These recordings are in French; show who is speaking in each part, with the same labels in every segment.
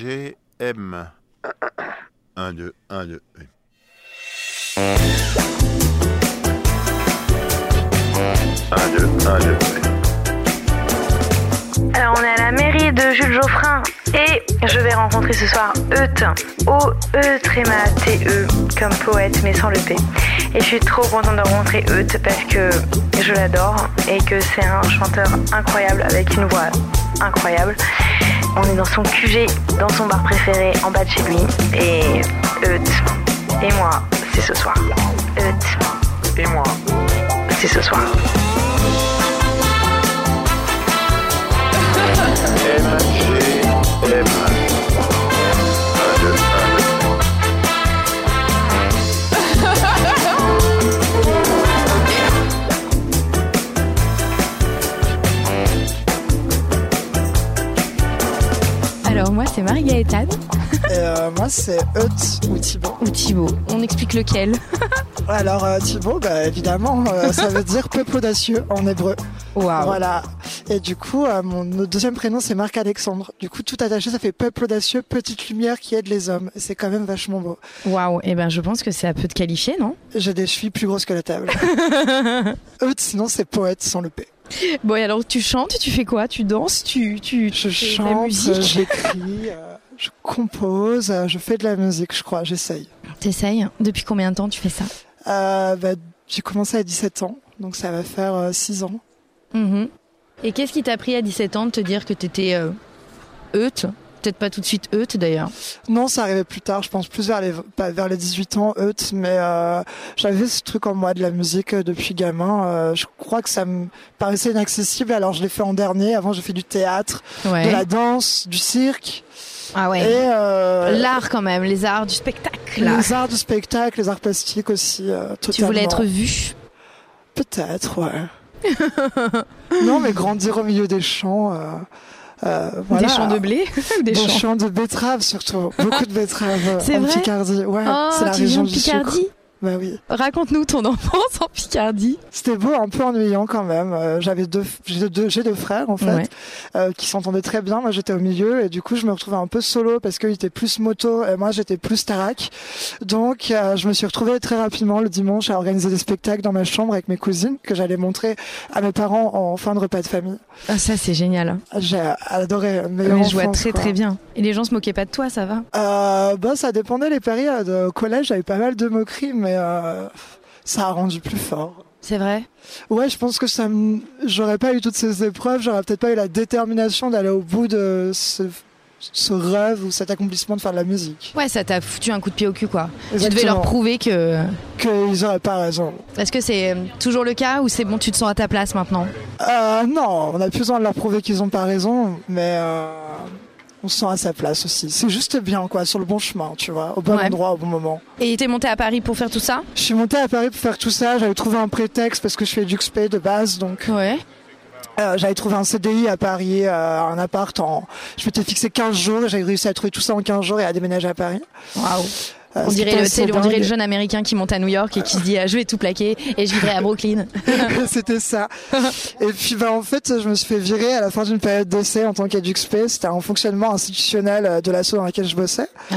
Speaker 1: MGM. 1, 2, 1, 2. Un, deux, un, deux.
Speaker 2: Alors on est à la mairie de Jules Geoffrin et je vais rencontrer ce soir Eute, O-E-T-E, comme poète mais sans le P. Et je suis trop contente de rencontrer Eute parce que je l'adore et que c'est un chanteur incroyable avec une voix incroyable. On est dans son QG, dans son bar préféré, en bas de chez lui. Et Eute et moi, c'est ce soir. Eute et moi, c'est ce soir.
Speaker 1: MGM. 1, 2, 1, 2.
Speaker 3: Alors moi c'est Marie-Gaëtane
Speaker 4: Et, euh, moi, c'est Eut ou Thibaut.
Speaker 3: ou Thibaut. On explique lequel.
Speaker 4: Alors, euh, Thibaut, bah, évidemment, euh, ça veut dire peuple audacieux en hébreu.
Speaker 3: Waouh.
Speaker 4: Voilà. Et du coup, euh, mon notre deuxième prénom, c'est Marc-Alexandre. Du coup, tout attaché, ça fait peuple audacieux, petite lumière qui aide les hommes. C'est quand même vachement beau.
Speaker 3: Waouh. Eh ben je pense que ça peut te qualifier, non
Speaker 4: J'ai des chevilles plus grosses que la table. Eut, sinon, c'est poète sans le P.
Speaker 3: Bon et alors tu chantes, tu fais quoi Tu danses, tu tu
Speaker 4: Je
Speaker 3: tu fais de la
Speaker 4: chante, euh,
Speaker 3: musique.
Speaker 4: j'écris, euh, je compose, euh, je fais de la musique, je crois, j'essaye.
Speaker 3: T'essayes. Depuis combien de temps tu fais ça
Speaker 4: Euh, bah, j'ai commencé à 17 ans, donc ça va faire 6 ans.
Speaker 3: Mhm. Et qu'est-ce qui t'a pris à 17 ans de te dire que t'étais euh, Eute Peut-être pas tout de suite Eute d'ailleurs.
Speaker 4: Non, ça arrivait plus tard, je pense plus vers les pas vers les 18 ans, eux, mais euh, j'avais ce truc en moi de la musique euh, depuis gamin. euh, je crois que ça me paraissait inaccessible, alors je l'ai fait en dernier. Avant, j'ai fait du théâtre,
Speaker 3: Ouais.
Speaker 4: de la danse, du cirque
Speaker 3: Ah ouais.
Speaker 4: et euh,
Speaker 3: L'art quand même, les arts du spectacle. là.
Speaker 4: les arts du spectacle, les arts plastiques aussi. euh,
Speaker 3: Tu voulais être
Speaker 4: totalement.
Speaker 3: vue.
Speaker 4: peut-être, ouais. non, mais grandir au milieu des champs. euh, euh, voilà.
Speaker 3: Des champs de blé ou des
Speaker 4: Des
Speaker 3: champs
Speaker 4: champs de betteraves surtout, beaucoup de betteraves
Speaker 3: C'est
Speaker 4: euh, en
Speaker 3: vrai
Speaker 4: Picardie. Ouais,
Speaker 3: Oh,
Speaker 4: c'est la
Speaker 3: tu
Speaker 4: région
Speaker 3: viens de
Speaker 4: du sucre.
Speaker 3: Picardie
Speaker 4: Bah oui.
Speaker 3: Raconte-nous ton enfance en Picardie.
Speaker 4: C'était beau, un peu ennuyant quand même. Euh, J'avais deux, j'ai deux, j'ai deux frères en fait,
Speaker 3: Ouais.
Speaker 4: euh, qui s'entendaient très bien. Moi, j'étais au milieu et du coup, je me retrouvais un peu solo parce qu'ils étaient plus moto et moi, j'étais plus tarac. Donc, euh, je me suis retrouvée très rapidement le dimanche à organiser des spectacles dans ma chambre avec mes cousines que j'allais montrer à mes parents en fin de repas de famille.
Speaker 3: Ah, ça c'est génial.
Speaker 4: J'ai adoré.
Speaker 3: Mais
Speaker 4: meilleure
Speaker 3: je vois
Speaker 4: enfance,
Speaker 3: très
Speaker 4: quoi.
Speaker 3: très bien. Et les gens se moquaient pas de toi, ça va
Speaker 4: Euh, bah, ça dépendait les périodes. Au collège, j'avais pas mal de moqueries, mais euh, ça a rendu plus fort.
Speaker 3: C'est vrai.
Speaker 4: Ouais, je pense que ça me... j'aurais pas eu toutes ces épreuves, j'aurais peut-être pas eu la détermination d'aller au bout de ce, ce rêve ou cet accomplissement de faire de la musique.
Speaker 3: Ouais, ça t'a foutu un coup de pied au cul, quoi. Tu devais
Speaker 4: Exactement.
Speaker 3: leur prouver que.
Speaker 4: Qu'ils auraient pas raison.
Speaker 3: Est-ce que c'est euh, toujours le cas ou c'est bon, tu te sens à ta place maintenant
Speaker 4: Euh, non, on a plus besoin de leur prouver qu'ils ont pas raison, mais euh, on se sent à sa place aussi. C'est juste bien, quoi, sur le bon chemin, tu vois, au bon
Speaker 3: Ouais.
Speaker 4: endroit, au bon moment.
Speaker 3: Et t'es monté à Paris pour faire tout ça
Speaker 4: Je suis montée à Paris pour faire tout ça, j'avais trouvé un prétexte parce que je fais Duxpay de base, donc
Speaker 3: Ouais.
Speaker 4: Euh, j'avais trouvé un CDI à Paris, euh, un appart en... Je m'étais fixé 15 jours, et j'avais réussi à trouver tout ça en 15 jours et à déménager à Paris.
Speaker 3: Waouh.
Speaker 4: Euh, ce
Speaker 3: On
Speaker 4: qui
Speaker 3: dirait, le,
Speaker 4: paraissait
Speaker 3: tu sais, on dirait le
Speaker 4: dingue.
Speaker 3: jeune américain qui monte à New York et qui se dit ah, je vais tout plaquer et je vivrai à Brooklyn.
Speaker 4: C'était ça. Et puis, bah, en fait, je me suis fait virer à la fin d'une période d'essai en tant qu'adjuxpé. C'était un fonctionnement institutionnel euh, de l'assaut dans laquelle je bossais.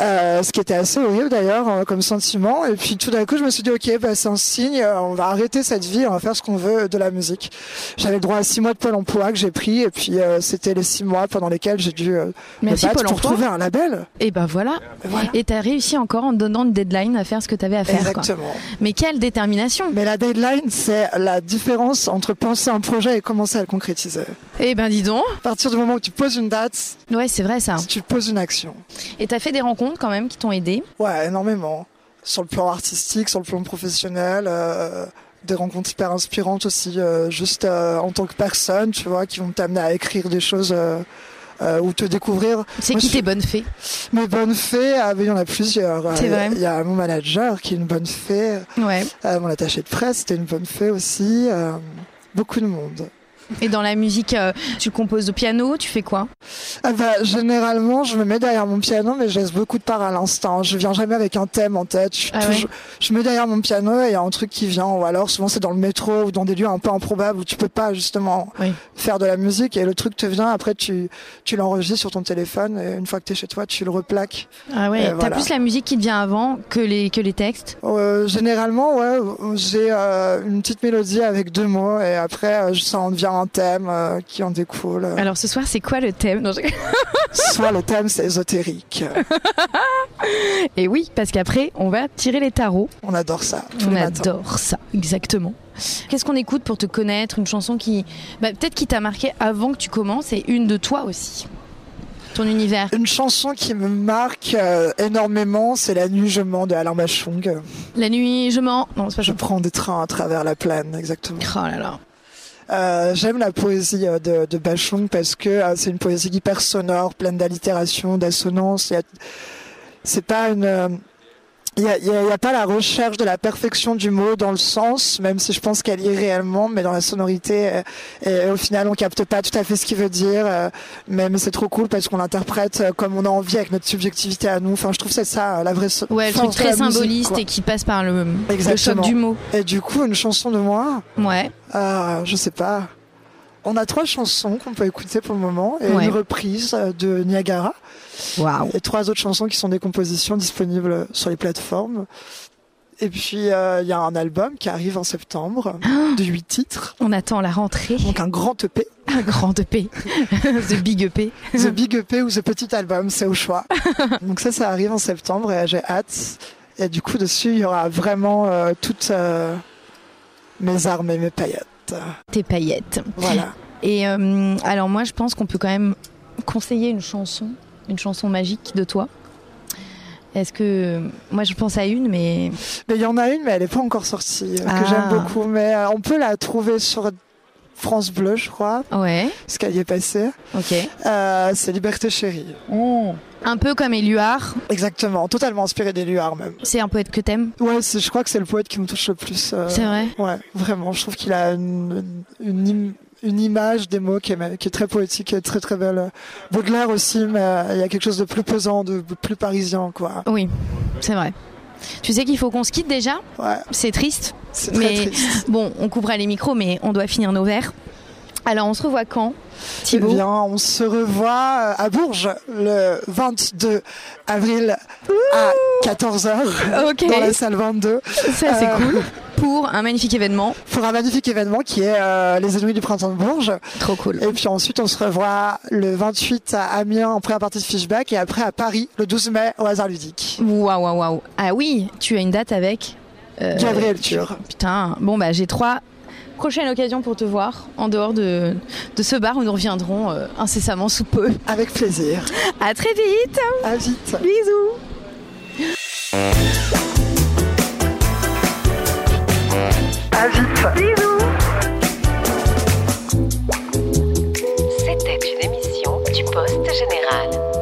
Speaker 3: Ah.
Speaker 4: Euh, ce qui était assez horrible d'ailleurs euh, comme sentiment. Et puis tout d'un coup, je me suis dit, ok, bah, c'est un signe, euh, on va arrêter cette vie, on va faire ce qu'on veut de la musique. J'avais le droit à six mois de Pôle Emploi que j'ai pris, et puis euh, c'était les six mois pendant lesquels j'ai dû euh, me
Speaker 3: Merci,
Speaker 4: battre
Speaker 3: Pôle
Speaker 4: pour
Speaker 3: emploi.
Speaker 4: trouver un label.
Speaker 3: Et ben voilà. Et t'as réussi encore en te donnant une deadline à faire ce que t'avais à faire. Quoi.
Speaker 4: Exactement.
Speaker 3: Mais quelle détermination
Speaker 4: Mais la deadline, c'est la différence entre penser un projet et commencer à le concrétiser.
Speaker 3: Eh ben dis donc.
Speaker 4: À partir du moment où tu poses une date,
Speaker 3: Ouais, c'est vrai ça.
Speaker 4: tu poses une action.
Speaker 3: Et t'as fait des rencontres quand même qui t'ont aidé.
Speaker 4: Ouais, énormément. Sur le plan artistique, sur le plan professionnel, euh, des rencontres hyper inspirantes aussi, euh, juste euh, en tant que personne, tu vois, qui vont t'amener à écrire des choses euh, euh, ou te découvrir.
Speaker 3: C'est
Speaker 4: Moi,
Speaker 3: qui
Speaker 4: je-
Speaker 3: tes bonnes fées
Speaker 4: Mes bonnes fées, ah, mais il y en a plusieurs. Euh,
Speaker 3: C'est
Speaker 4: il y a-
Speaker 3: vrai.
Speaker 4: Il y a mon manager qui est une bonne fée,
Speaker 3: Ouais.
Speaker 4: euh, mon attaché de presse, c'était une bonne fée aussi. euh, beaucoup de monde.
Speaker 3: Et dans la musique, euh, tu composes au piano, tu fais quoi
Speaker 4: Ah bah, généralement, je me mets derrière mon piano, mais je laisse beaucoup de part à l'instant. Je viens jamais avec un thème en tête. Je, suis
Speaker 3: Ah ouais
Speaker 4: toujours- je me mets derrière mon piano et il y a un truc qui vient. Ou alors, souvent, c'est dans le métro ou dans des lieux un peu improbables où tu peux pas justement
Speaker 3: Oui.
Speaker 4: faire de la musique et le truc te vient. Après, tu, tu l'enregistres sur ton téléphone et une fois que t'es chez toi, tu le replaques.
Speaker 3: Ah ouais,
Speaker 4: Euh,
Speaker 3: t'as
Speaker 4: voilà.
Speaker 3: plus la musique qui te vient avant que les, que les textes.
Speaker 4: Euh, généralement, ouais, j'ai euh, une petite mélodie avec deux mots et après, euh, ça en devient un thème euh, qui en découle.
Speaker 3: Alors ce soir, c'est quoi le thème Non, je-
Speaker 4: Soit le thème, c'est ésotérique.
Speaker 3: Et oui, parce qu'après, on va tirer les tarots.
Speaker 4: On adore ça. Tous
Speaker 3: on
Speaker 4: les matins.
Speaker 3: adore ça, exactement. Qu'est-ce qu'on écoute pour te connaître Une chanson qui, bah, peut-être qui t'a marqué avant que tu commences et une de toi aussi. Ton univers.
Speaker 4: Une chanson qui me marque euh, énormément, c'est La nuit je mens de Alain Bachung.
Speaker 3: La nuit, je mens. Non, c'est pas
Speaker 4: Je
Speaker 3: ça.
Speaker 4: prends des trains à travers la plaine, exactement.
Speaker 3: Oh là là.
Speaker 4: Euh, J'aime la poésie euh, de, de Bachung parce que euh, c'est une poésie hyper sonore, pleine d'allitération, d'assonance. Il y a- C'est pas une... euh, Il n'y a, il y a- il y a pas la recherche de la perfection du mot dans le sens, même si je pense qu'elle y est réellement, mais dans la sonorité, euh, et, au final on capte pas tout à fait ce qu'il veut dire, euh, mais, mais c'est trop cool parce qu'on l'interprète euh, comme on a envie avec notre subjectivité à nous. Enfin, je trouve que c'est ça euh, la vraie so-
Speaker 3: Ouais, le
Speaker 4: force
Speaker 3: truc
Speaker 4: de
Speaker 3: très
Speaker 4: la musique,
Speaker 3: symboliste
Speaker 4: quoi.
Speaker 3: et qui passe par le, le choc
Speaker 4: Exactement.
Speaker 3: du mot.
Speaker 4: Et du coup, une chanson de moi,
Speaker 3: Ouais.
Speaker 4: ah, je sais pas. On a trois chansons qu'on peut écouter pour le moment et
Speaker 3: Ouais.
Speaker 4: une reprise euh, de Niagara
Speaker 3: Waouh.
Speaker 4: et trois autres chansons qui sont des compositions disponibles sur les plateformes. Et puis euh, il y a un album qui arrive en septembre de huit titres,
Speaker 3: On attend la rentrée.
Speaker 4: donc un grand EP,
Speaker 3: Un grand EP. The Big E EP.
Speaker 4: The Big EP ou The Petit Album, c'est au choix. donc ça, ça arrive en septembre et j'ai hâte. Et du coup dessus, il y aura vraiment euh, toutes euh, mes armes et mes paillettes.
Speaker 3: Tes paillettes.
Speaker 4: Voilà.
Speaker 3: Et euh, alors moi, je pense qu'on peut quand même conseiller une chanson, une chanson magique de toi. Est-ce que euh, moi je pense à une, mais
Speaker 4: Mais il y en a une, mais elle n'est pas encore sortie, euh,
Speaker 3: Ah.
Speaker 4: que j'aime beaucoup. Mais euh, on peut la trouver sur France Bleu, je crois,
Speaker 3: ouais,
Speaker 4: ce qu'elle y est passée.
Speaker 3: ok.
Speaker 4: Euh, c'est Liberté Chérie.
Speaker 3: Un peu comme Éluard,
Speaker 4: Exactement, totalement inspirée des Luards même.
Speaker 3: c'est un poète que t'aimes,
Speaker 4: Ouais, c'est- je crois que c'est le poète qui me touche le plus. euh,
Speaker 3: c'est vrai.
Speaker 4: ouais, vraiment, je trouve qu'il a une, une, im- une image des mots qui est, ma- qui est très poétique et très très belle. Baudelaire aussi, mais euh, il y a quelque chose de plus pesant, de plus parisien, quoi.
Speaker 3: Oui, c'est vrai. Tu sais qu'il faut qu'on se quitte déjà,
Speaker 4: Ouais,
Speaker 3: c'est triste.
Speaker 4: c'est très
Speaker 3: Mais-
Speaker 4: triste.
Speaker 3: Bon, on couvra les micros, mais on doit finir nos verres. Alors on se revoit quand, Thibaut
Speaker 4: Eh bien, on se revoit euh, à Bourges le 22 avril à 14h
Speaker 3: Ok,
Speaker 4: dans la salle 22
Speaker 3: ça c'est
Speaker 4: Euh,
Speaker 3: cool. Pour un magnifique événement,
Speaker 4: pour un magnifique événement qui est euh, les Ennemis du Printemps de Bourges.
Speaker 3: trop cool.
Speaker 4: Et puis ensuite, on se revoit le 28 à Amiens en première partie de Fishback et après à Paris le 12 mai au hasard ludique.
Speaker 3: Waouh, waouh, waouh. Ah oui, tu as une date avec euh,
Speaker 4: Gabriel Tur.
Speaker 3: Putain, bon bah j'ai trois prochaines occasions pour te voir en dehors de, de ce bar où nous reviendrons euh, incessamment sous peu.
Speaker 4: Avec plaisir.
Speaker 3: À très vite,
Speaker 4: À vite.
Speaker 3: bisous.
Speaker 2: À vite. Bisous.
Speaker 5: C'était une émission du Poste Général.